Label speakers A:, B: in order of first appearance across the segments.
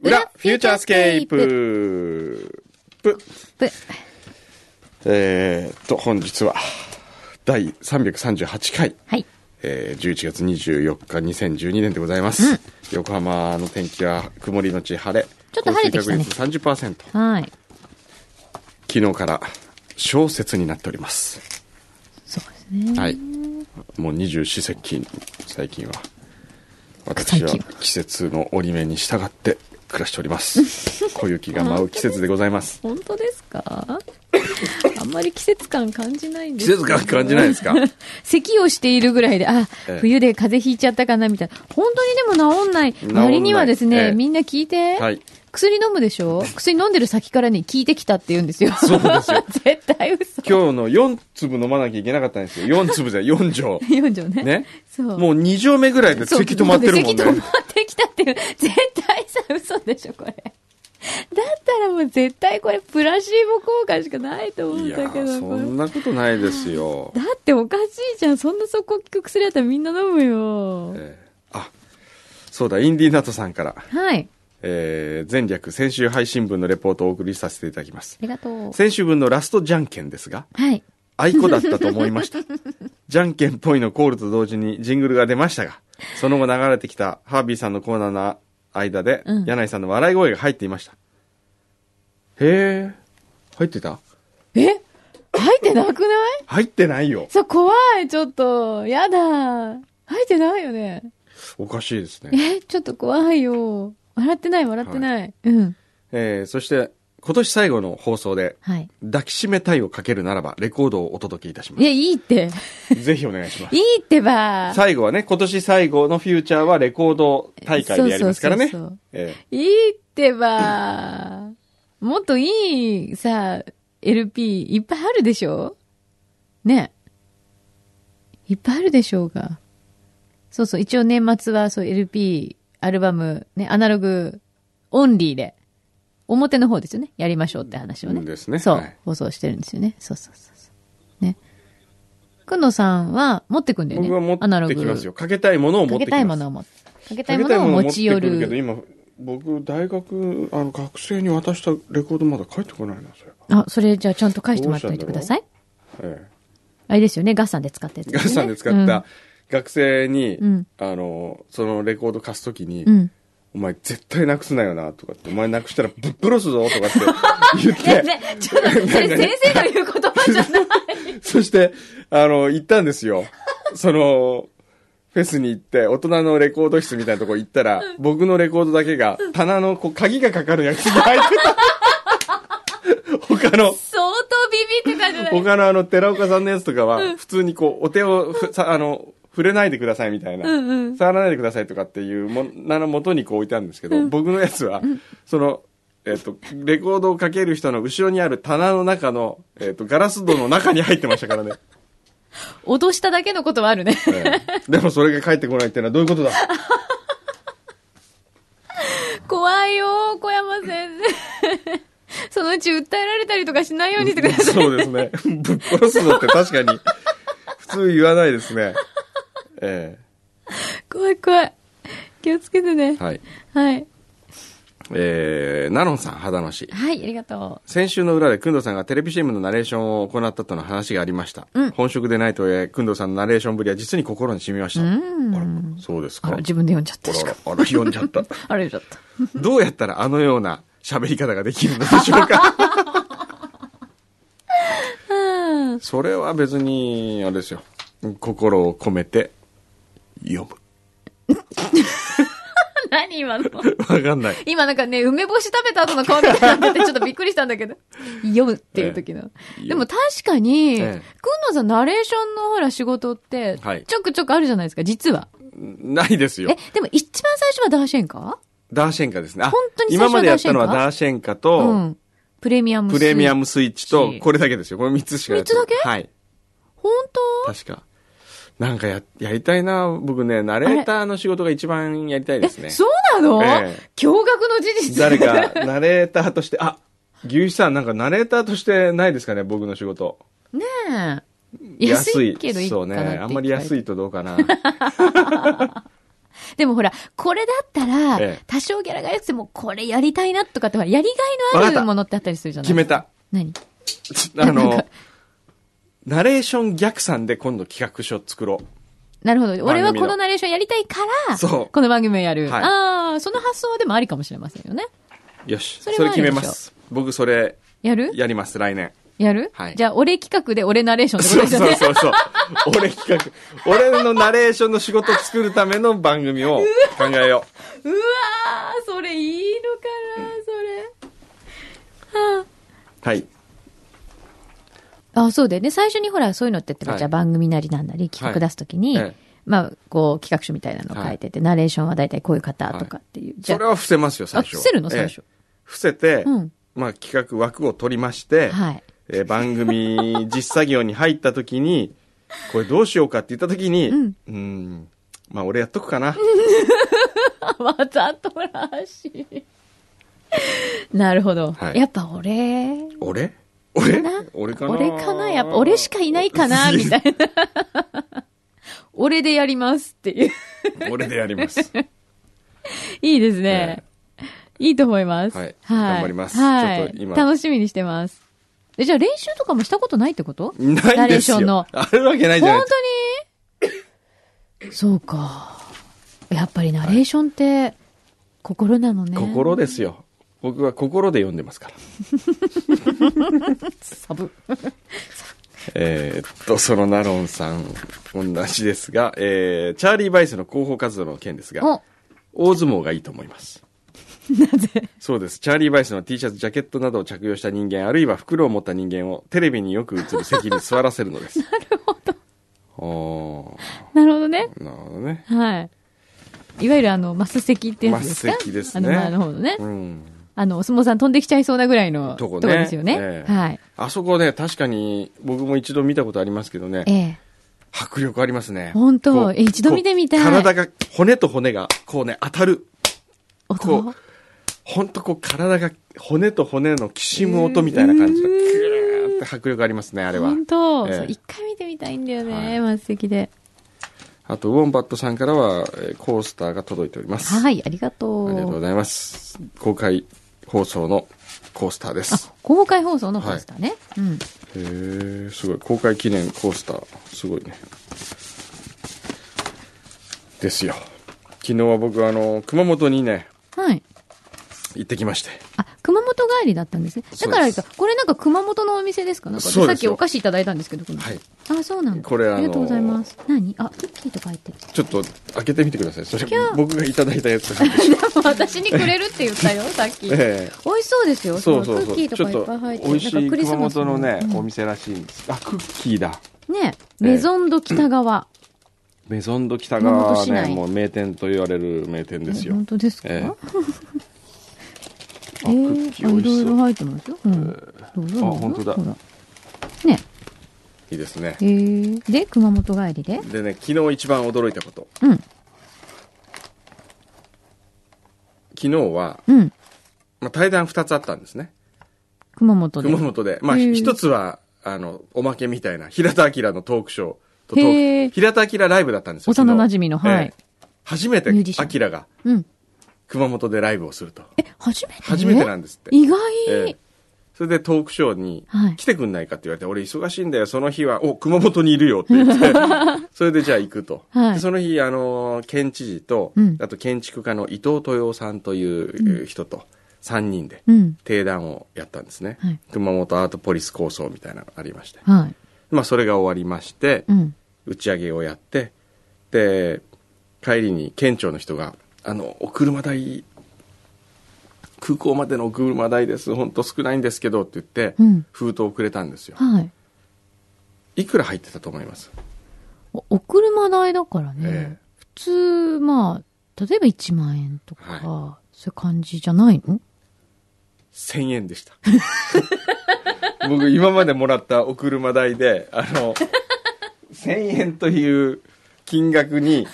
A: 裏フューチャースケーププ
B: ぶ
A: えーっと本日は第338回、
B: はい。
A: えー、11月24日2012年でございます、横浜の天気は曇りのち晴れ
B: ちょっと晴れてきたね
A: 降水確率30%
B: はい。
A: 昨日から小説になっております
B: そうですね。
A: はいもう二十四節気に最近は私は
B: 最近は
A: 季節の折り目に従って暮らしております 小雪が舞う季節でございます
B: 本当ですか あんまり季節感感じないんで
A: 季
B: すけ
A: 節
B: ど
A: 感感じないですか
B: 咳をしているぐらいで、あ、
A: ええ
B: 冬で風邪ひいちゃったかなみたいな。本当にでも治んない。
A: んない
B: 割にはです
A: え
B: ね、
A: え
B: みんな聞いて。
A: はい
B: 薬飲むでしょ薬飲んでる先からね、効いてきたって言うんですよ。
A: そうですよ
B: 絶対嘘。
A: 今日の4粒飲まなきゃいけなかったんですよ4粒じゃない4錠
B: 四条ね。
A: ね
B: そう。
A: もう2錠目ぐらいで
B: そう
A: 咳止まってるもん
B: 咳止
A: ね
B: まってきたっていう。絶対さ、嘘でしょ、これ。だったらもう絶対これプラシーボ効果しかないと思う
A: い
B: ん
A: や
B: だけ
A: ー
B: ど、
A: そ
B: これ
A: んなことないですよ
B: だっておかしいじゃん。そんな速攻効く薬だったらみんな飲むよ。
A: えーあそうだインディーナットさんから
B: はい。
A: えー前略先週配信分のレポートをお送りさせていただきます
B: ありがとう。
A: 先週分のラストじゃんけんですが
B: はい。
A: 合い子だったと思いました じゃんけんぽいのコールと同時にジングルが出ましたがその後流れてきたハービーさんのコーナーの間で、
B: うん
A: 柳井さんの笑い声が入っていましたへえ入ってた
B: え入ってなくない
A: 入ってないよ
B: そう、怖い、ちょっと。やだ。入ってないよね。
A: おかしいですね、
B: え、ちょっと怖いよ。笑ってない、笑ってない。うん。
A: えーそして今年最後の放送で
B: はい。
A: 抱きしめたいをかけるならばレコードをお届けいたしま
B: いや、いいって。
A: すぜひお願いします
B: いいってば。
A: 最後はね、今年最後のフューチャーはレコード大会でやりますからね。
B: そうそうそうそう
A: え
B: いいってば。もっといい、さ、LP いっぱいあるでしょね。いっぱいあるでしょうが。そうそう、一応年末はそう LP、アルバム、ね、アナログ、オンリーで、表の方ですよね。やりましょうって話をね。
A: ですね
B: そう、
A: はい
B: 放送してるんですよね。そうそうそうそう。ね。くのさんは持ってくんだ
A: え
B: よね。
A: 僕は持
B: アナロ
A: っ
B: グ。
A: てきますよ。かけたいものを持
B: か
A: ってき
B: け
A: ます。
B: たいものを持って。かけたいものを持ち寄
A: かけたいものを持ってく
B: る。
A: けど、今、僕、大学、あの、学生に渡したレコードまだ帰ってこないな、それ。
B: あ、それじゃあちゃんと返してもらっておいて
A: ど
B: く
A: うしたんだろう
B: ださい。
A: え
B: あれですよね、ガッサンで使ったやつ
A: え、
B: で
A: ガ
B: す
A: ス
B: よ
A: さん
B: ね、
A: で使った学生に、
B: うん
A: あの、そのレコード貸すときに、
B: うん。うん。
A: お前絶対なくすなよな、とかって、お前なくしたらぶっ殺すぞ、とか って言っ
B: いや
A: て、
B: ね、ちょっと、それ先生の言う言葉じゃない。
A: そして、あの、行ったんですよ。その、フェスに行って、大人のレコード室みたいなとこ行ったら、僕のレコードだけが、棚のこう鍵がかかるやつに入 ってた。他の、
B: 相当ビビってたじゃない。
A: 他のあの、寺岡さんのやつとかは、普通にこう、お手をふ、さ、あの、触れないでくださいみたいな、
B: うんうん
A: 触らないでくださいとかっていうもののもとにこう置いてあるんですけど、僕のやつは、その、えっ、と、レコードをかける人の後ろにある棚の中の、えっ、と、ガラス戸の中に入ってました からね。
B: 脅しただけのことはあるね。
A: でもそれが帰ってこないってのはどういうことだ
B: 怖いよ、小山先生。そのうち訴えられたりとかしないようにしてください。
A: そうですね。 ぶっ殺すぞって確かに、普通言わないですね。え
B: 怖い怖い。気をつけてね
A: え。はい。
B: はい。
A: えー、ナロンさん、肌のし。
B: はい、ありがと
A: 先週の裏で、くんどさんがテレビ CM のナレーションを行ったとの話がありました。
B: うん
A: 本職でないとはいえ、くんどさんのナレーションぶりは実に心に染みました。
B: うん
A: あらそうです
B: う。
A: か。
B: あ
A: あ
B: ら、
A: ら
B: 自分で読んじゃったし
A: あ
B: か。
A: ら、あら、読んじゃ った。
B: あれちょっと。
A: どうやったらあのような喋り方ができるのでしょうか
B: うん。
A: それは別に、あれですよ。心を込めて、読む。
B: 何今の
A: わかんない。
B: 今なんかね、梅干し食べた後の顔みたいになってて、ちょっとびっくりしたんだけ ど。読むっていう時の。
A: ええ
B: でも確かに、くん
A: ええ
B: のさん、ナレーションのほら仕事って
A: はい、
B: ちょくちょくあるじゃないですか、実は。
A: ないです
B: え
A: よ。、
B: でも一番最初はダーシェンカ
A: ダーシェンカですね。あ
B: 本当に最
A: 今
B: 初
A: ま
B: は
A: で
B: ダ
A: や
B: ー
A: っ
B: シェンカ
A: たのはダーシェンカ
B: う
A: と、
B: ん。プレミアムスイ
A: プ
B: ーツ
A: レミアムスイッチと
B: スイッチ、
A: これだけですよ。これ3つしかやってない
B: 三つだけ
A: はい。
B: 本当
A: 確か。なんかや、やりたいな。僕ね、ナレーターの仕事が一番やりたいですね
B: え、。そうなの、
A: ええ
B: 驚愕の事実。
A: 誰か、ナレーターとして、あ、牛一さん、なんかナレーターとしてないですかね、僕の仕事。
B: ねえ。安いけどいいかな
A: そ
B: っ
A: う
B: て
A: ね。
B: 言って
A: あんまり安いとどう かな。
B: でもほら、これだったら、
A: ええ
B: 多少ギャラが良くても、これやりたいなとかって、ほらやりがいのあ
A: わかっ
B: る
A: た
B: ものってあったりするじゃない
A: 決めた。
B: 何
A: あ
B: なん
A: の
B: か、
A: ナレーション逆算で今度企画書作ろ
B: なるほど。俺
A: 番
B: は
A: 組の
B: このナレーションやりたいから、
A: そう
B: この番組をやる。
A: はい
B: ああ、その発想はでもありかもしれませんよね。
A: う。よし。
B: そ
A: そ
B: れ
A: れ
B: はあ
A: 決
B: りで
A: め
B: しょ
A: ます。僕それ、
B: やる
A: やります、来 年。
B: やる、
A: はい
B: じゃあ、俺企画で俺ナレーションってこ
A: そ
B: と
A: う
B: ですよ
A: そう
B: ね。
A: そうそう。俺企画。俺のナレーションの仕事を作るための番組を考えよう。
B: うわー、それいいのかな、それ。
A: はい。
B: あそうだよね。最初にほら、そういうのって言っても、
A: はい
B: じゃあ番組なりなんなり企画出すときに、
A: はいええ
B: まあ、こう、企画書みたいなのを書いてて、ナレーションは大体こういう方とかっていう。じゃ
A: そ
B: あ
A: れ、は伏せますよ、最初。
B: あ伏せるの
A: ええ
B: 最初
A: 伏せて、
B: うん
A: まあ企画枠を取りまして、
B: はい。
A: えー番組実作業に入った時に、これどうしようかって言った時に、
B: うん
A: ーんまあ俺やっとくかな。
B: わざとらしい。なるほど。
A: はい
B: やっぱ俺。
A: 俺俺
B: な
A: 俺かな
B: 俺かなやっぱ俺しかいないか なみたいな。俺でやりますっていう。
A: 俺でやります。
B: いいですね。いいと思います。
A: はい頑張ります
B: はい。
A: ちょっと今
B: 楽しみにしてます。えじゃあ練習とかもしたことないってこと
A: ないんですよ。
B: ナレーションの。
A: あるわけないじゃない
B: 本
A: ですか。
B: 当にそうか。やっぱりナレーションって、心なのね。
A: 心ですよ。僕は心で読んでますから。
B: サブ。
A: えーっと、そのナロンさん、同じですが、えー、チャーリー・バイスの広報活動の件ですが、
B: お、
A: 大相撲がいいと思います。
B: なぜ
A: そうです。チャーリー・バイスの T シャツ、ジャケットなどを着用した人間、あるいは袋を持った人間をテレビによく映る席に座らせるの です。なるほど。
B: なるほどね。
A: あー、なるほどね。
B: はい。いわゆるあの、マス席ってやつですか
A: マス席ですね
B: あの、なるほどね。
A: うん。
B: あの、お相撲さん飛んできちゃいそうなぐらいの
A: とこね
B: ですよね。
A: ええ
B: はい。
A: あそこね、確かに僕も一度見たことありますけどね
B: え、え。
A: 迫力ありますね。
B: 本当
A: こう
B: え一度見てみたい
A: こう体が、骨と骨が、こうね、当たる。こ
B: 音
A: う、本当こう体が骨と骨のきしむ音みたいな感じの、
B: う
A: ぐ
B: ん
A: ーって迫力ありますね、あれは。
B: 本当、
A: ええ
B: そう一回見てみたいんだよ
A: は
B: ね、
A: い
B: マス席で。
A: あと、ウォンバットさんからは、えーコースターが届いております。あ
B: はい、ありがとう。
A: りがとうございます。公開放送のコースターです
B: あ。、公開放送のコースターね。うん。
A: へえ、すごい。公開記念コースター。すごいね。ですよ。昨日は僕、あの、熊本にね、
B: はい。
A: 行ってきまして。
B: あ、熊本帰りだったんですね。だからあれか
A: そ
B: これなんか熊本のお店ですかなんか
A: そうで
B: さっ
A: す
B: き
A: よ
B: お菓子いただいたんですけど、この
A: はい。
B: あ、そうなんだ。
A: これあの
B: ありがとうございます。何あ、クッキーとか入ってる。
A: ちょっと開けてみてください。それ
B: キャー、
A: 僕がいただいたやつなんで。
B: でも 私にくれるって言ったよ、さっき。
A: ええ
B: 美味しそうですよ。
A: そうそう
B: のク
A: そ
B: ッキ
A: う。
B: ーと
A: ち
B: か
A: ょっ
B: いっぱい入っ
A: と、
B: て
A: 美味し
B: なん
A: い
B: かクリス
A: 熊
B: マス
A: 本のね
B: う、ん
A: お店らしいんです。あ、クッキーだ。
B: ね、
A: え
B: メゾンド北川。
A: メゾンド北川は
B: 熊本市
A: ね、
B: 内
A: もう名店と言われる名店ですよ。
B: 本当ですか、え
A: ええあ、ク
B: え
A: ッキー美
B: あいろ
A: 味し
B: いろ
A: そう。
B: 入ってますよ。うん。どうぞどう
A: あ
B: ぞ。
A: 本当だ
B: ほらね。
A: いいですね
B: え。ー、で、熊本帰りで。
A: でね、昨日一番驚いたこと。
B: うん。
A: 昨日は、
B: うん。
A: まあ、対談2つあったんですね。
B: 熊本で。
A: 熊本で。まあ、
B: へー
A: 一つは、あの、おまけみたいな、平田明のトークショーとトーク
B: へー
A: 平田明ライブだったんですよ。
B: 幼
A: 昨日
B: 馴染のはい
A: 初めて、
B: ミュージシャン
A: 明が
B: うん。
A: 熊本でライブをすると。
B: え、初めて
A: 初めてなんですって。
B: 意外、
A: ええそれでトークショーに
B: は い
A: 来てくんないかって言われて、俺忙しいんだよ、その日は、お、熊本にいるよって言 って、それでじゃあ行くと。
B: はい
A: でその日、あのー、県知事と、
B: うん
A: あと建築家の伊藤豊夫さんという人と3人で、
B: うん。
A: 定談をやったんですね、
B: はい
A: 熊本アートポリス構想みたいなのがありまして。
B: はい。
A: まあ、それが終わりまして、
B: うん。
A: 打ち上げをやって、で、帰りに県庁の人が、あの、お車代、空港までのお車代です、本当少ないんですけどって言って、
B: うん
A: 封筒をくれたんですよ。
B: はい。
A: いくら入ってたと思います
B: おお車代だからね、
A: ええ
B: 普通、まあ、例えば1万円とか、
A: は
B: そういう感じじゃないの
A: ?1000 円でした。 僕、今までもらったお車代で、あの、1000円という金額に、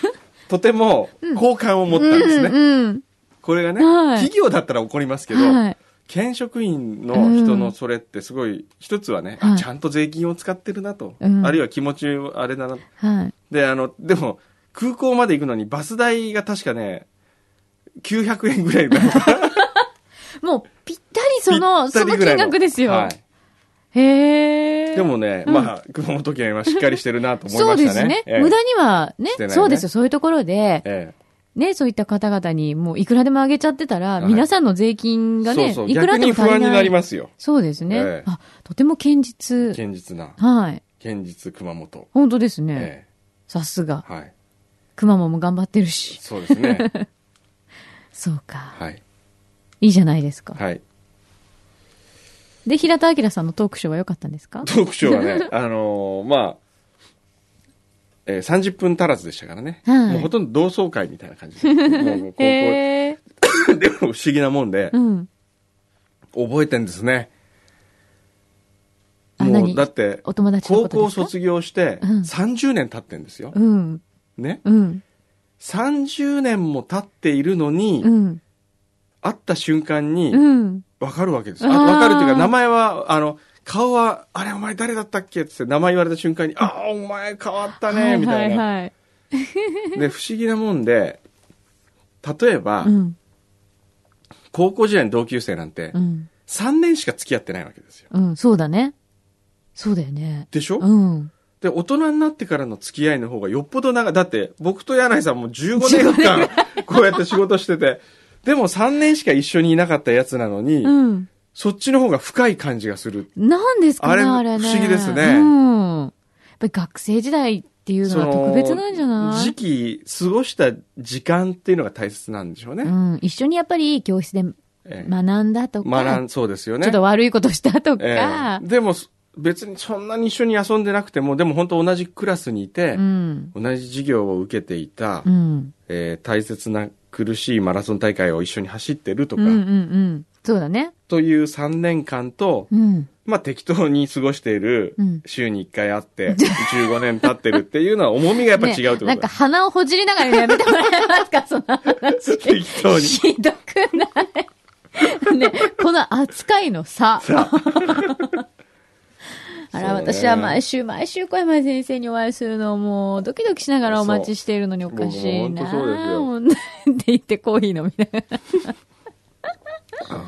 A: とても好感を持ったんですね。
B: うん。
A: これがね、
B: はい
A: 企業だったら怒りますけど、
B: はい
A: 県職員の人
B: う
A: の
B: ん
A: それってすごい、一つはね、
B: はい
A: あちゃんと税金を使ってるなと。
B: うん
A: あるいは気持ちをあれだな。
B: はい。
A: で、あの、でも、空港まで行くのにバス代が確かね、900円ぐらいだった。
B: もう、ぴったりその、
A: ぴった
B: そ
A: り
B: の
A: ぐらい
B: 金額ですよ。
A: はい
B: へえ。
A: でもね、
B: うん
A: まあ、熊本県はしっかりしてるなと思い
B: そう
A: まし
B: で
A: たね。
B: すね。
A: ええ
B: 無駄にはね
A: してないね
B: そうですよ。そういうところで、
A: ええ
B: ね、そういった方々にもういくらでもあげちゃってたら、
A: はい
B: 皆さんの税金がね、
A: そうそう
B: いくら
A: 逆
B: で
A: に
B: も
A: 不
B: 足りない。
A: 安になりますよ。
B: そうですね、
A: ええ
B: あ、とても堅実。
A: 堅実な。
B: はい。
A: 堅実熊本。
B: 本当ですね。
A: え
B: さすが。
A: えはい。
B: 熊本も頑張ってるし。
A: そうです ね。
B: そうか。
A: はい。
B: いいじゃないですか。
A: はい。
B: で、平田明さんのトークショーは良かったんですか
A: トークショーは ね、あのーまあ、えー、30分足らずでしたからね。
B: はい
A: もうほとんど同窓会みたいな感 じで。もうもうこうこう
B: へえ。
A: でも不思議なもんで
B: う、ん。
A: 覚えてんですね。
B: あ
A: も
B: 何
A: う、だって、
B: お友達の
A: 高
B: こと
A: 校
B: ですか
A: 卒業して
B: うん
A: 30年経ってんですよ。
B: うん。
A: ね。
B: うん。
A: 30年も経っているのに、
B: うん。
A: 会った瞬間に
B: うん。
A: 分かるわけです。
B: あ
A: あ
B: ー
A: 分かるっていうか、名前は、あの、顔は、あれお前誰だったっけって名前言われた瞬間に、ああ、お前変わったね、みたい
B: は
A: な。
B: はいはい。
A: で、不思議なもんで、例えば
B: う、ん。
A: 高校時代の同級生なんて
B: う、ん。
A: 3年しか付き合ってないわけですよ。
B: うん。そうだね。そうだよね。
A: でしょ
B: うん。
A: で、大人になってからの付き合いの方がよっぽど長い。だって、僕と柳井さんも15
B: 15
A: 年間、こうやって仕事してて、でも3年しか一緒にいなかったやつなのに、
B: うん。
A: そっちの方が深い感じがする。
B: なんですかね、あ
A: あれ
B: れね。
A: 不思議ですね
B: うん。やっぱり学生時代っていうのは特別なんじゃない
A: 時期、過ごした時間っていうのが大切なんでしょうね。
B: うん。一緒にやっぱり教室で
A: ええ
B: 学んだとか、
A: 学ん、そうですよね。
B: ちょっと悪いことしたと
A: え
B: か
A: え、でも、別にそんなに一緒に遊んでなくても、でも本当同じクラスにいて
B: う、ん。
A: 同じ授業を受けていた、
B: うん。
A: えー大切な苦しいマラソン大会を一緒に走ってると
B: う
A: か、
B: んうんうん。そうだね。
A: という3年間と、
B: うん。
A: まあ適当に過ごしている
B: うん、
A: 週に1回会って、15年経ってるっていうのは重みがやっぱ違うってこと
B: ね
A: だ
B: なんか鼻をほじりながらやめてもらえますか、その話。
A: 適当に
B: ひどくない。 ね、この扱いの差。
A: さ あ、
B: あ
A: そ
B: ら、
A: うね
B: 私は毎週毎週小山先生にお会いするのをもうドキドキしながらお待ちしているのにおかしいな。
A: 僕も本当そうですよ
B: もうなんて言ってコーヒー飲みながら。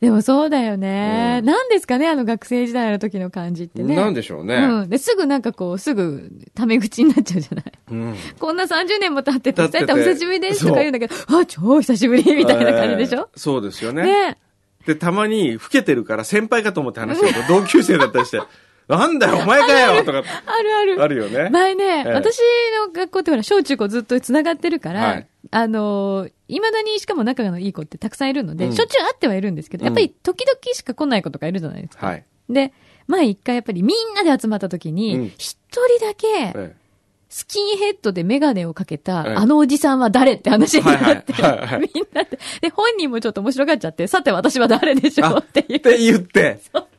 B: でもそうだよね。
A: う
B: なんですかね、あの学生時代の時の感じってね。
A: なんでしょうね。
B: うん。で、すぐなんかこう、すぐ、タメ口になっちゃうじゃない。
A: うん
B: こんな30年も経ってて、
A: 経って
B: さ
A: て
B: いたお久しぶりですと
A: そう
B: か言うんだけど、あ、超久しぶりみたいな感じでしょ
A: え、ーそうですよね
B: ね
A: で、たまに老けてるから先輩かと思って話してると 同級生だったりして、なんだよ、お前かよとか
B: あるある。
A: あるよね。
B: 前ね、
A: ええ
B: 私の学校ってほら、小中高ずっと繋がってるから、
A: はい
B: あのー、いまだにしかも仲がいい子ってたくさんいるので、
A: うん
B: しょっちゅう会ってはいるんですけど、やっぱり時々しか来ない子とかいるじゃないですか。
A: はい。
B: で、前一回やっぱりみんなで集まった時
A: うん
B: に、一、人だけ、
A: え
B: スキンヘッドでメガネをかけた、
A: ええ
B: あのおじさんは誰って話になって、
A: はいはいはいはい
B: みんなで、で、本人もちょっと面白がっちゃって、さて私は誰でしょ
A: あ
B: うって
A: え
B: 言
A: っ
B: って、
A: て言って。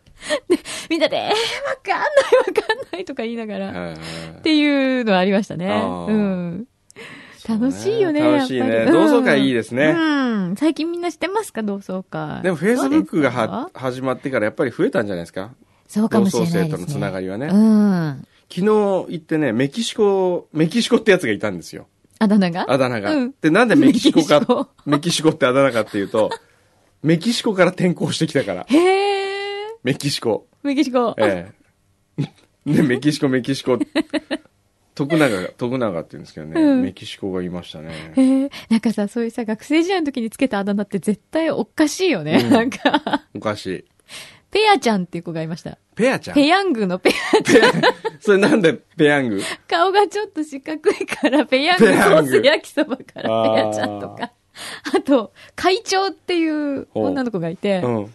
B: みんなで、えー、わかんないわかんないとか言いながら、っ
A: はい
B: ていうのはありましたね。
A: あー
B: うん。楽しいよね、
A: そう楽しい
B: やっ
A: ね。
B: ぱり
A: 同窓会いいですね。
B: うん。最近みんな知ってますか同窓会。
A: でも、フェイスブックが
B: どう
A: は
B: で
A: 始まってからやっぱり増えたんじゃないですか
B: すそうかもしれないです、ね。
A: 同窓生とのつながりはね
B: うん。
A: 昨日行ってね、メキシコ、メキシコってやつがいたんですよ。
B: あだ名が
A: あだ名が。
B: うん
A: で、なんでメキシコか、
B: メ
A: メ
B: キシ
A: キシコ
B: コ
A: ってあだ名かっていう と、メキシコから転校してきたから、
B: へー。
A: メキシコ。
B: メキシコ。
A: え え。で、メキシコ、メキシコ。徳永が、徳永って言うんですけどね、
B: うん
A: メキシコがいましたね。
B: へえ、 なんかさ、そういうさ、学生時代の時につけたあだ名って絶対おかしいよね。
A: うん
B: なんか、
A: おかしい。
B: ペヤちゃんっていう子がいました。
A: ペアちゃん
B: ペヤングのペヤちゃん。
A: それなんでペヤング
B: 顔がちょっと四角いから、ペヤングソ
A: ペヤ
B: ー
A: ング
B: ス焼きそばからペ
A: あー
B: ヤちゃんとか。あと、会長っていう女の子がいて、
A: うん。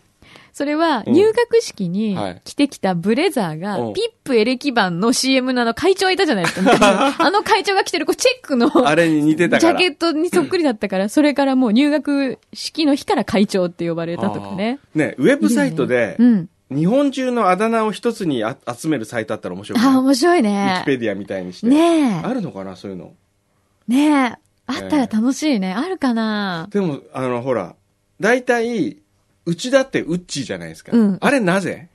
B: それは
A: うん
B: 入学式に
A: はい
B: 着てきたブレザーが、
A: うん
B: ピップエレキ版の CM のあの会長いたじゃないですか。昔のあの会長が着てるこうチェックの
A: あれに似てた
B: ジ
A: か
B: ャ
A: ら。
B: ケットにそっくりだったから、それからもう入学式の日から会長って呼ばれたとかね。
A: あー。ね、ウェブサイトで
B: う、ん。
A: 日本中のあだ名を一つにあ集めるサイトあったら面白い、
B: ああ、
A: ね。
B: 面白い
A: ウィ
B: ね
A: キ。ペディアみたいにして。
B: ね
A: あるのかな、そういうの。
B: え。ねえ。あったら楽しいね。あるかな
A: でも、あの、ほら、大体、うちだってウッチーじゃないですか。
B: うん
A: あれなぜ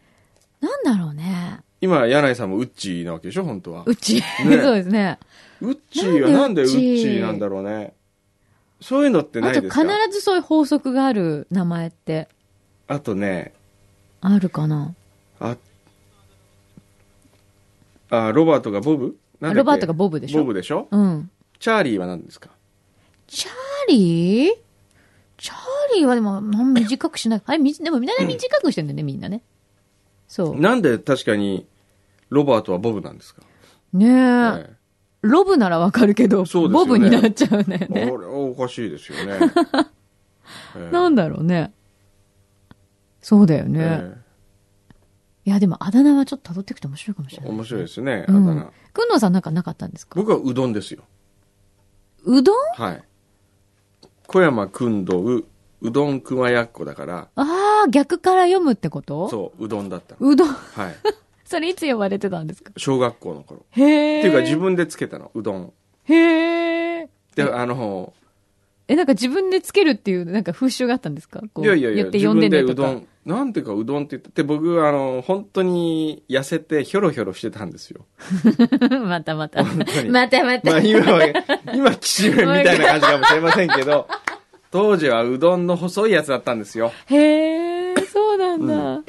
B: なんだろうね。
A: 今、柳井さんもウッチーなわけでしょ本当は。
B: うち、 そうですね。
A: ウッチーはなんでウ
B: なんでウッ
A: ッ
B: チー
A: チーなんだろうね。そういうのってな
B: あと
A: いですか
B: 必ずそういう法則がある名前って
A: あとね、
B: あるかな。
A: あ、あ、ロバートがボブなんだっけ
B: ロバートがボブでしょ
A: ボブでしょ
B: うん。
A: チャーリーは何ですか
B: チャーリーチャーリーはでも、なん短くしない。あれ、みでもみんな短くしてんだよね、みんなね。そう。
A: なんで確かに、ロバートはボブなんですか、
B: ねえ、
A: え
B: ロブならわかるけど、
A: そうですよ
B: ボ
A: ね
B: ブになっちゃうんだよ
A: え
B: ね
A: あ。れはおかしいですよ ね。ええ
B: なんだろうね。そうだよね。
A: え
B: いや、でもあだ名はちょっと辿っていくと面白いかもしれ
A: え
B: ない。
A: 面白いですね、
B: う
A: あだ
B: ん
A: 名。。
B: くんのさんなんかなかったんですか
A: 僕はうどんですよ。
B: うどん
A: はい。小山くんどう、うどんくまやっこだから、
B: ああ、逆から読むってこと
A: そう、うどんだったの。
B: うどん、
A: はい。
B: それいつ呼ばれてたんですか
A: 小学校の頃。っ
B: へえ。
A: ていうか自。分でつけたの、うどん。
B: へえ。
A: で、あの、
B: え、なんか自分でつけるっていう、なんか風習があったんですかこう
A: いやいやいや、
B: 言って
A: 自
B: 呼んで
A: 分で
B: ね
A: う
B: と
A: ど
B: か。
A: ん。なんていうかうどんって言って、で僕、あの、本当に痩せてひょろひょろしてたん ですよ。
B: またまた。
A: 本当に
B: またまた。
A: まあ今は、今、きしめんみたいな感じかもしれませんけ ど、当時はうどんの細いやつだったんですよ。
B: へえ、そうなんだ。
A: う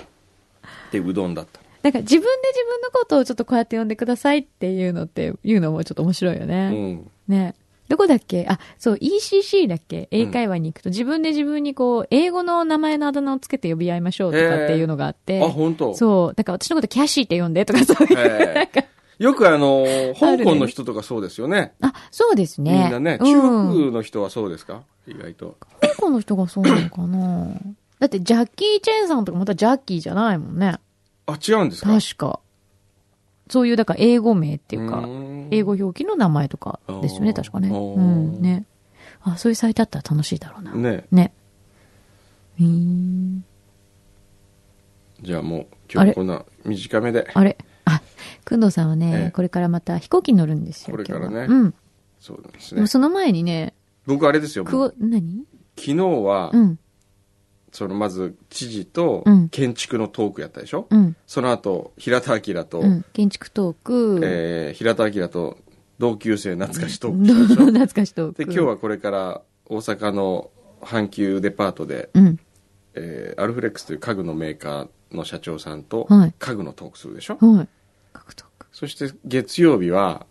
A: で、うどんだった。
B: なんか自分で自分のことをちょっとこうやって呼んでくださいっていうのって、いうのもちょっと面白いよ
A: う
B: ね。
A: ん。
B: ね。どこだっけあ、そう、ECC だっけ英会話に行くと、自分で自分にこう、英語の名前のあだ名をつけて呼び合いましょうとかっていうのがあって。
A: あ、本当。
B: そう。だから私のことキャシーって呼んでとかそういう。
A: ええよくあの、香港の人とかそうですよね。
B: あ、そうですね。
A: みんなね、
B: う
A: 中
B: ん
A: 国の人はそうですか意外と。
B: 香港の人がそうなのかなだってジャッキー・チェンさんとかまたジャッキーじゃないもんね。
A: あ、違うんですか
B: 確か。そういう、だから英語名っていうか、英
A: 語。
B: 語表記の名前とかですよね、
A: あー
B: 確かね。
A: あー
B: うん、ね。あ、そういうサイトあったら楽しいだろうな。
A: ね
B: ね。うーん。
A: じゃあもう、
B: あ
A: 今
B: れ
A: 日こんな短めで。
B: あれあ、くんどうさんはね、
A: ええ
B: これからまた飛行機に乗るんですよ、
A: これからね
B: 今日はうん。
A: そうなんです
B: で
A: ね
B: も。その前にね、
A: 僕あれですよ、
B: く
A: もう
B: お、何
A: 昨日は
B: う、ん、
A: そのまず、知事と
B: うん
A: 建築のトークやったでしょ
B: うん、
A: その後、平田明と
B: う、ん。建築トーク、
A: えー平田明と同級生懐かしトークしたでしょ
B: 懐かしトー
A: で
B: ク。
A: 今日はこれから大阪の阪急デパートで、
B: うん。
A: えーアルフレックスという家具のメーカーの社長さんと
B: はい
A: 家具のトークするでしょ、
B: はい。格闘家。
A: そして月曜日は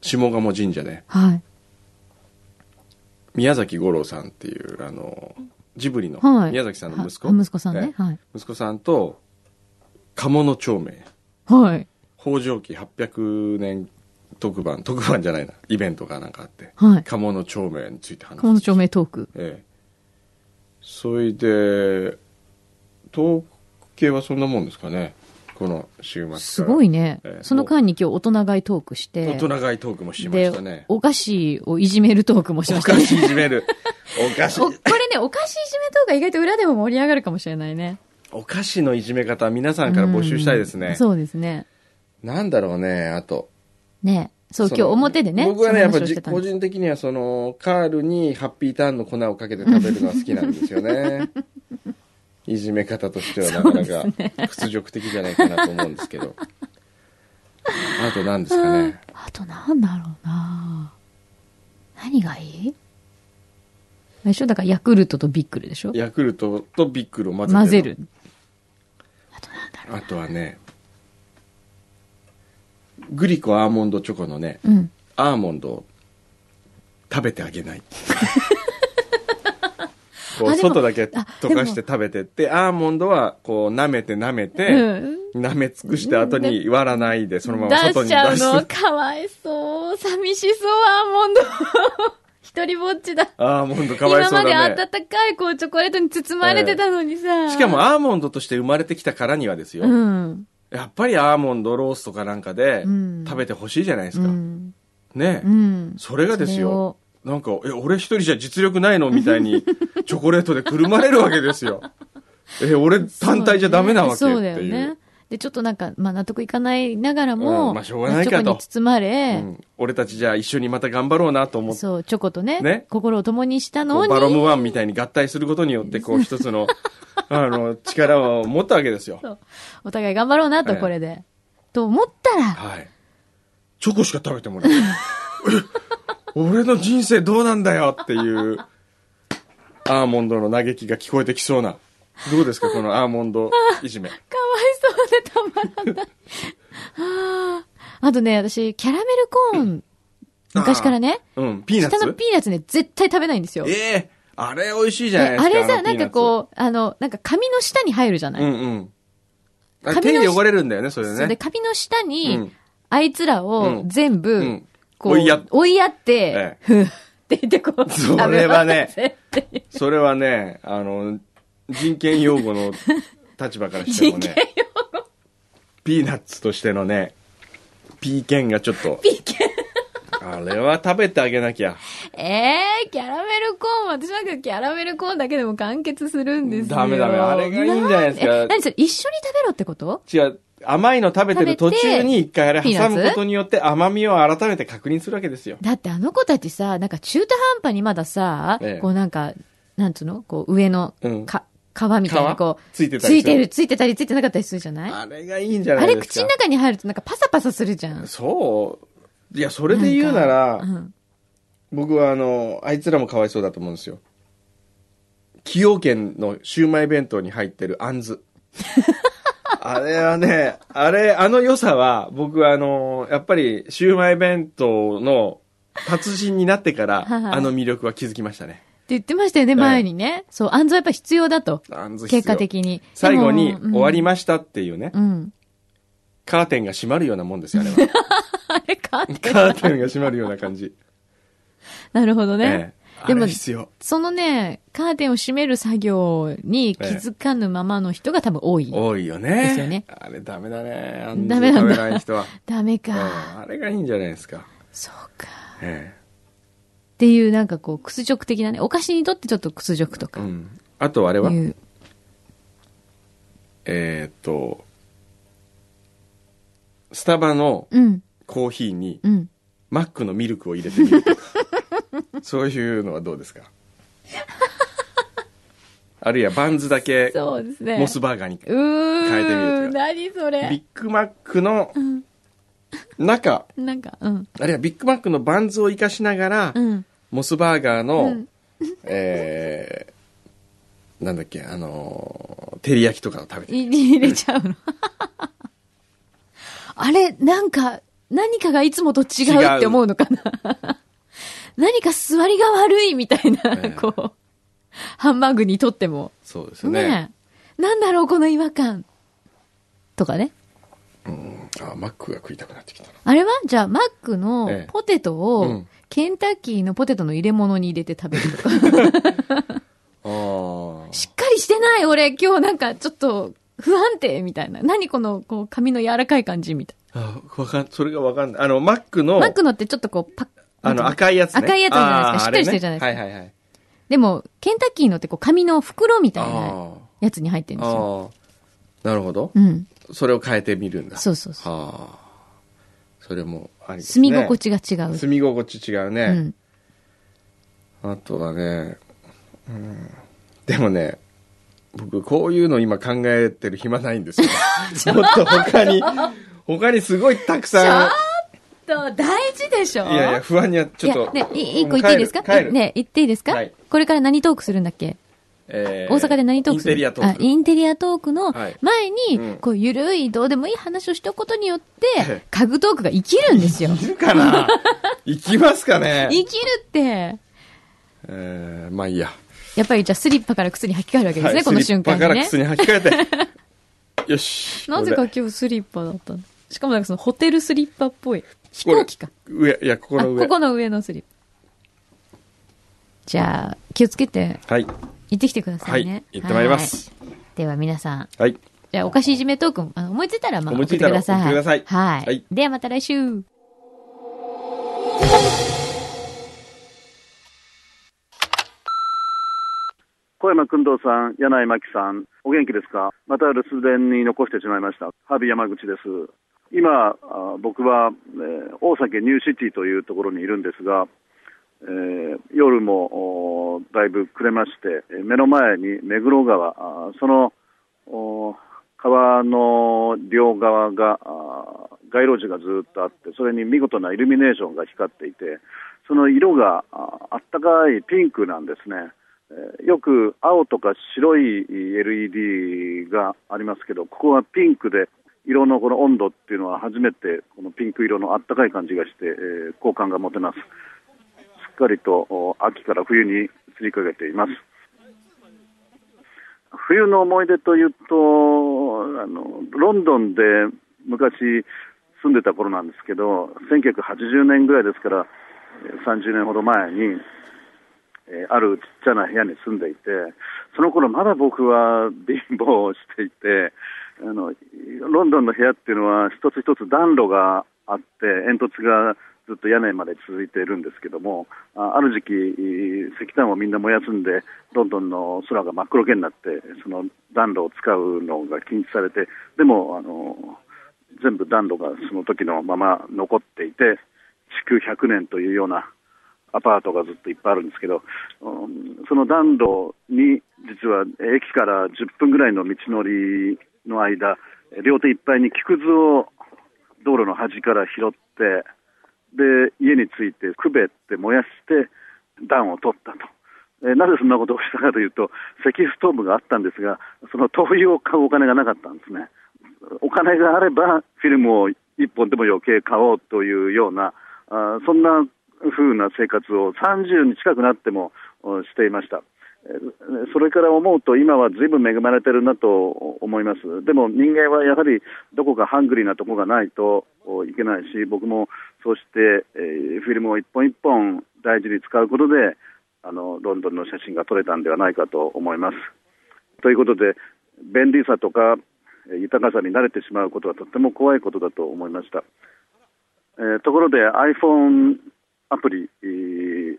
A: 下鴨神社で
B: はい。
A: 宮崎五郎さんっていうあのジブリの
B: はい。
A: 宮崎さんの息子、
B: は息子さんね。
A: ええ
B: はい。
A: 息子さんと鴨の町名
B: はい。
A: 北条記800年特番特番じゃないなイベントがなんかあって
B: はい。
A: 鴨の町名について話
B: 熊本町名トーク。
A: ええそれで統計はそんなもんですかねこの週末から
B: すごいね
A: え。え
B: その間に今日大人買いトークして。
A: 大人買いトークもしましたね
B: で、お菓子をいじめるトークもし
A: お
B: ました
A: 菓
B: ね。
A: 子いじめるお菓子
B: おこれね、お菓子いじめトークは意外と裏でも盛り上がるかもしれないね。
A: お菓子のいじめ方皆さんから募集したいです
B: うん
A: ね
B: そうですね。
A: なんだろうねあと
B: ね。そう、今
A: の
B: 日表でね。
A: 僕はねやっぱじ
B: り
A: 個人的にはそのカールにハッピーターンの粉をかけて食べるのは好きなんですよ ねいじめ方としてはなかな
B: そ
A: か
B: う
A: 屈辱的じゃないかなと思うんですけどあと何ですかね、
B: あとなんだろうな何がいいあれでしょだからヤクルトとビックルでしょ
A: ヤクルトとビックルを混ぜて
B: 混ぜる。あとなんだろ
A: あとはねグリコアーモンドチョコのね
B: う。うん。
A: アーモンドを食べてあげ ないこう
B: あでも
A: 外だけ
B: あ
A: 溶かして食べてってアーモンドはこう舐めて舐めて、
B: うん。
A: 舐め尽くして後に割らないでそのまま外
B: 出し
A: に
B: ち
A: 出
B: ゃう
A: し
B: の
A: て
B: かわいそう寂しそうアーモンド 一人ぼっちだ
A: アーモンドかわいそう
B: 今ま
A: だ
B: で
A: ね
B: 温かいこうチョコレートに包まれてたのにさ、
A: しかもアーモンドとして生まれてきたからにはですよ、
B: うん、
A: やっぱりアーモンドロースとかなんかで
B: うん
A: 食べてほしいじゃないです
B: う
A: か、
B: ん
A: ね、
B: うん、
A: それがです
B: それ
A: よ
B: を
A: なんか、え、俺一人じゃ実力ないのみたいに、チョコレートでくるまれるわけですよ。え、俺単体じゃダメなわけって
B: そうだよ
A: いう。
B: ねで、ちょっとなんか、まあ納得いかないながらも、
A: うんまあしょうがないかと
B: チョコに包ま
A: う
B: れ、
A: ん、俺たちじゃあ一緒にまた頑張ろうなと思って、
B: そう、チョコとね、
A: ね
B: 心を共にした
A: こ
B: の
A: う
B: に、
A: バロムワンみたいに合体することによって、こう一つ の、あの、力を持ったわけですよ。
B: そうお互い頑張ろうなと、
A: ええ
B: これで。と思ったら、
A: はい。チョコしか食べてもらえない。え俺の人生どうなんだよっていう、アーモンドの嘆きが聞こえてきそうな。どうですかこのアーモンドいじめ。
B: かわいそうでたまらない。はああとね、私、キャラメルコーン、昔からね、
A: うん、ピーナッ
B: 下の
A: ツ
B: ピーナッツね、絶対食べないんですよ。
A: ええあれ美味しいじ
B: で
A: ゃないです
B: あ
A: か。
B: れさ、
A: の
B: な
A: ピーナッ
B: んか
A: ツ
B: こう、あの、なんか髪の下に入るじゃない、
A: うんうん。あ
B: 髪
A: 手
B: の
A: に汚れるんだよね、それ
B: そうで、
A: ね。
B: 髪の下に、
A: うん
B: あいつらを
A: うん
B: 全部、
A: うん
B: こう、
A: 追いや
B: 追いやって、
A: ええ
B: ふっって言ってこう、
A: それはね
B: 食べ終わって
A: それはね、あの、人権擁護の立場からしても
B: 人
A: ね
B: 権、
A: ピーナッツとしてのね、ピーケンがちょっと、
B: ピーケン。
A: あれは食べてあげなきゃ。
B: えー、キャラメルコーン、私なんかキャラメルコーンだけでも完結するんですよ。
A: ダメダメあれがいいんじゃないですか
B: え何それ、一緒に食べろってこと
A: 違う、甘いの食べてる途中に一回あれ
B: ピーナ
A: 挟
B: ッツ
A: むことによって甘みを改めて確認するわけですよ。
B: だってあの子たちさ、なんか中途半端にまださ、
A: ええ
B: こうなんか、なんつうのこう上の
A: うん
B: か、皮みたいな
A: 皮
B: こう、
A: ついてた
B: つ
A: り
B: い
A: する
B: てる、ついてたりついてなかったりするじゃない
A: あれがいいんじゃな
B: あ
A: いで
B: れ
A: すか。
B: 口の中に入るとなんかパサパサするじゃん。
A: そういや、それで言うなら、
B: んか
A: 僕はあの、あいつらもかわいそうだと思うんですよ。崎陽軒のシウマイ弁当に入ってるあん ず。あれはね、あれ、あの良さは、僕はあの、やっぱりシウマイ弁当の達人になってから、
B: はいはい
A: あの魅力は気づきましたね。
B: って言ってましたよね、
A: え
B: 前にね。そう、安蔵やっぱ必要だと。
A: あんず必要
B: 結果的に。
A: 最後に
B: でもうん
A: 終わりましたっていうね、
B: うん。
A: カーテンが閉まるようなもんですよ、あれ は。
B: あれかって。
A: カーテンが閉まるような感じ。
B: なるほどね
A: え。えあ
B: で
A: れ
B: も
A: 必要。
B: そのね、カーテンを閉める作業に気づかぬままの人が多分多い。
A: 多いよね。
B: ですよね
A: あれダメだね。あんず
B: ダメなんだ
A: 食べない人は。
B: ダメ
A: うん
B: か。
A: あれがいいんじゃないですか。
B: そうか。
A: え
B: っていうなんかこう、屈辱的なね、お菓子にとってちょっと屈辱と
A: え。
B: か
A: う
B: い
A: ん。あとあれは、
B: う。
A: えーっと、スタバの
B: うん、
A: コーヒーに
B: うん。
A: マックのミルクを入れてみる とか。そういうのはどうですかあるいはバンズだけ
B: そうですね。
A: モスバーガーに
B: うーん。
A: 変えてみるとか
B: 何そ
A: ビ
B: れ
A: ッ。グマックの中、
B: なんか、うん。
A: あるいはビッグマックのバンズを生かしながら、
B: うん。
A: モスバーガーの、
B: うん
A: えー、なんだっけ、あのー照り焼きとかを食べて
B: い入れちゃうの。 あれ、なんか、何かがいつもと違うって思うのかな。何か座りが悪いみたいな、
A: ええ
B: こう、ハンバーグにとっても。
A: そうですよね。
B: ねえ。なんだろう、この違和感。とかね。
A: あ、マックが食いたくなってきたな。
B: あれはじゃあ、マック
A: え
B: の
A: え
B: ポテト
A: う
B: を
A: ん、
B: ケンタッキーのポテトの入れ物に入れて食べるとか。
A: あー
B: しっかりしてない、俺、今日なんかちょっと不安定みたいな。何この、こう、髪の柔らかい感じみたいな。
A: あ。わかん、それがわかんない。あの、マックの、
B: マックのってちょっとこう、パッ、
A: あ
B: なん
A: の、
B: ていう
A: 赤いやつね。
B: 赤いやつじゃないですか
A: あーあれ
B: しっかりしてるじゃないですか
A: ねはいはいはい。
B: でも、ケンタッキーのってこう、紙の袋みたいな
A: あ
B: やつに入ってるん
A: あ。
B: ですよ。
A: ああ。なるほど。
B: うん。
A: それを変えてみるんだ。
B: そうそうそう。
A: はあ。それもありです
B: 住
A: ね。
B: み心地が違う。
A: 住み心地違うね。
B: うん。
A: あとはね、うん、でもね、僕こういうの今考えてる暇ないんです よ。もっと他に、他にすごいたくさ
B: と、大事でしょ
A: ん、いやいや、不安にはちょっ
B: い
A: と。
B: やね、い一個言っていいですか
A: 帰る帰る
B: ね、言っていいですか
A: はい
B: これから何トークするんだっけ
A: えー
B: 大阪で何トークする
A: インテリアトー
B: あインテリアトークの
A: はい
B: 前
A: う
B: に
A: ん、
B: こう、ゆるい、どうでもいい話をしておくことによって
A: え、
B: 家具トークが生きるんです よ。
A: ク。いるか な行きますかね
B: 生きるって。
A: えー、まあいいや。
B: やっぱりじゃあスリッパから靴に履き替えるわけです
A: は
B: ね、
A: い
B: この瞬間
A: スリッ
B: に
A: パから
B: ね。
A: 靴に履き替え て。よし。
B: なぜか
A: こ
B: 今日スリッパだったの。しかもなんかそのホテルスリッパっぽい。飛
A: れで
B: 行機か。。
A: これ上、いや、ここ
B: あ、
A: の上。
B: ここの上のスリッパ。じゃあ、気をつけて
A: はい。
B: 行ってきてくださ
A: はいい。
B: ね。
A: 行ってまいります。
B: はい。では皆さん、
A: はい。
B: じゃあお菓子いじめトークも、あの思いついたらまあ送
A: 思
B: っ
A: いつ
B: て
A: い
B: く
A: たら
B: ださい。
A: 送ってください
B: はい。
A: はい
B: ではまた来週。
C: こ小山君堂さん、柳井真紀さん、お元気ですかまた留守電に残してしまいました。ハビ山口です。今、あ僕は、えー大崎ニューシティというところにいるんですが、えー夜もおーだいぶ暮れまして、えー目の前に目黒川、あーそのおー川の両側があー街路樹がずっとあって、それに見事なイルミネーションが光っていて、その色がああったかいピンクなんですね。えーよく青とか白い LED がありますけど、ここはピンクで、色のこの温度っていうのは初めてこのピンク色のあったかい感じがして、えー好感が持てます。すっかりとお秋から冬に移りかけています。冬の思い出というと、あのロンドンで昔住んでた頃なんですけど、1980年ぐらいですから、えー30年ほど前に、えーあるちっちゃな部屋に住んでいて、その頃まだ僕は貧乏をしていて、 あのロンドンの部屋っていうのは一つ一つ暖炉があって、煙突がずっと屋根まで続いているんですけども、あある時期、石炭をみんな燃やすんで、ロンドンの空が真っ黒けになって、その暖炉を使うのが禁止されて、でも、あの全部暖炉がその時のまま残っていて、築100年というようなアパートがずっといっぱいあるんですけど、うんその暖炉に実は駅から10分ぐらいの道のりの間、両手いっぱいに木くずを道路の端から拾って、で、家に着いてくべって燃やして暖を取ったと。えーなぜそんなことをしたかというと、石油ストーブがあったんですが、その灯油を買うお金がなかったんですね。お金があればフィルムを一本でも余計買おうというような、あーそんな風な生活を30に近くなってもおしていました。えーそれから思うと今は随分恵まれてるなと思います。でも人間はやはりどこかハングリーなとこがないとおいけないし、僕もそうして、えーフィルムを一本一本大事に使うことで、あの、ロンドンの写真が撮れたんではないかと思います。ということで、便利さとかえー豊かさに慣れてしまうことはとっても怖いことだと思いました。えーところで iPhone アプリ、えー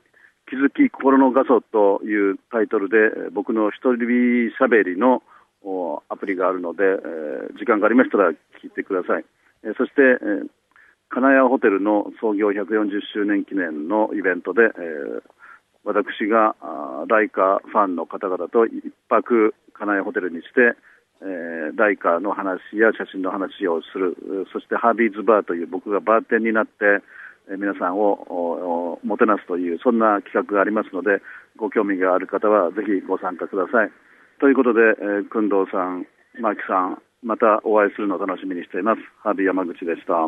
C: 気づき心の画素というタイトルで、えー僕の一人喋りのおアプリがあるので、えー時間がありましたら聞いてください。えーそして、えー金谷ホテルの創業140周年記念のイベントで、えー私があーライカファンの方々と一泊金谷ホテルにして、えーライカの話や写真の話をするうそしてハービーズバーという僕がバーテンになって、えー皆さんをおおもてなすというそんな企画がありますのでご興味がある方はぜひご参加くださいということで、えー、工藤さん牧さんまたお会いするのを楽しみにしていますハービー山口でした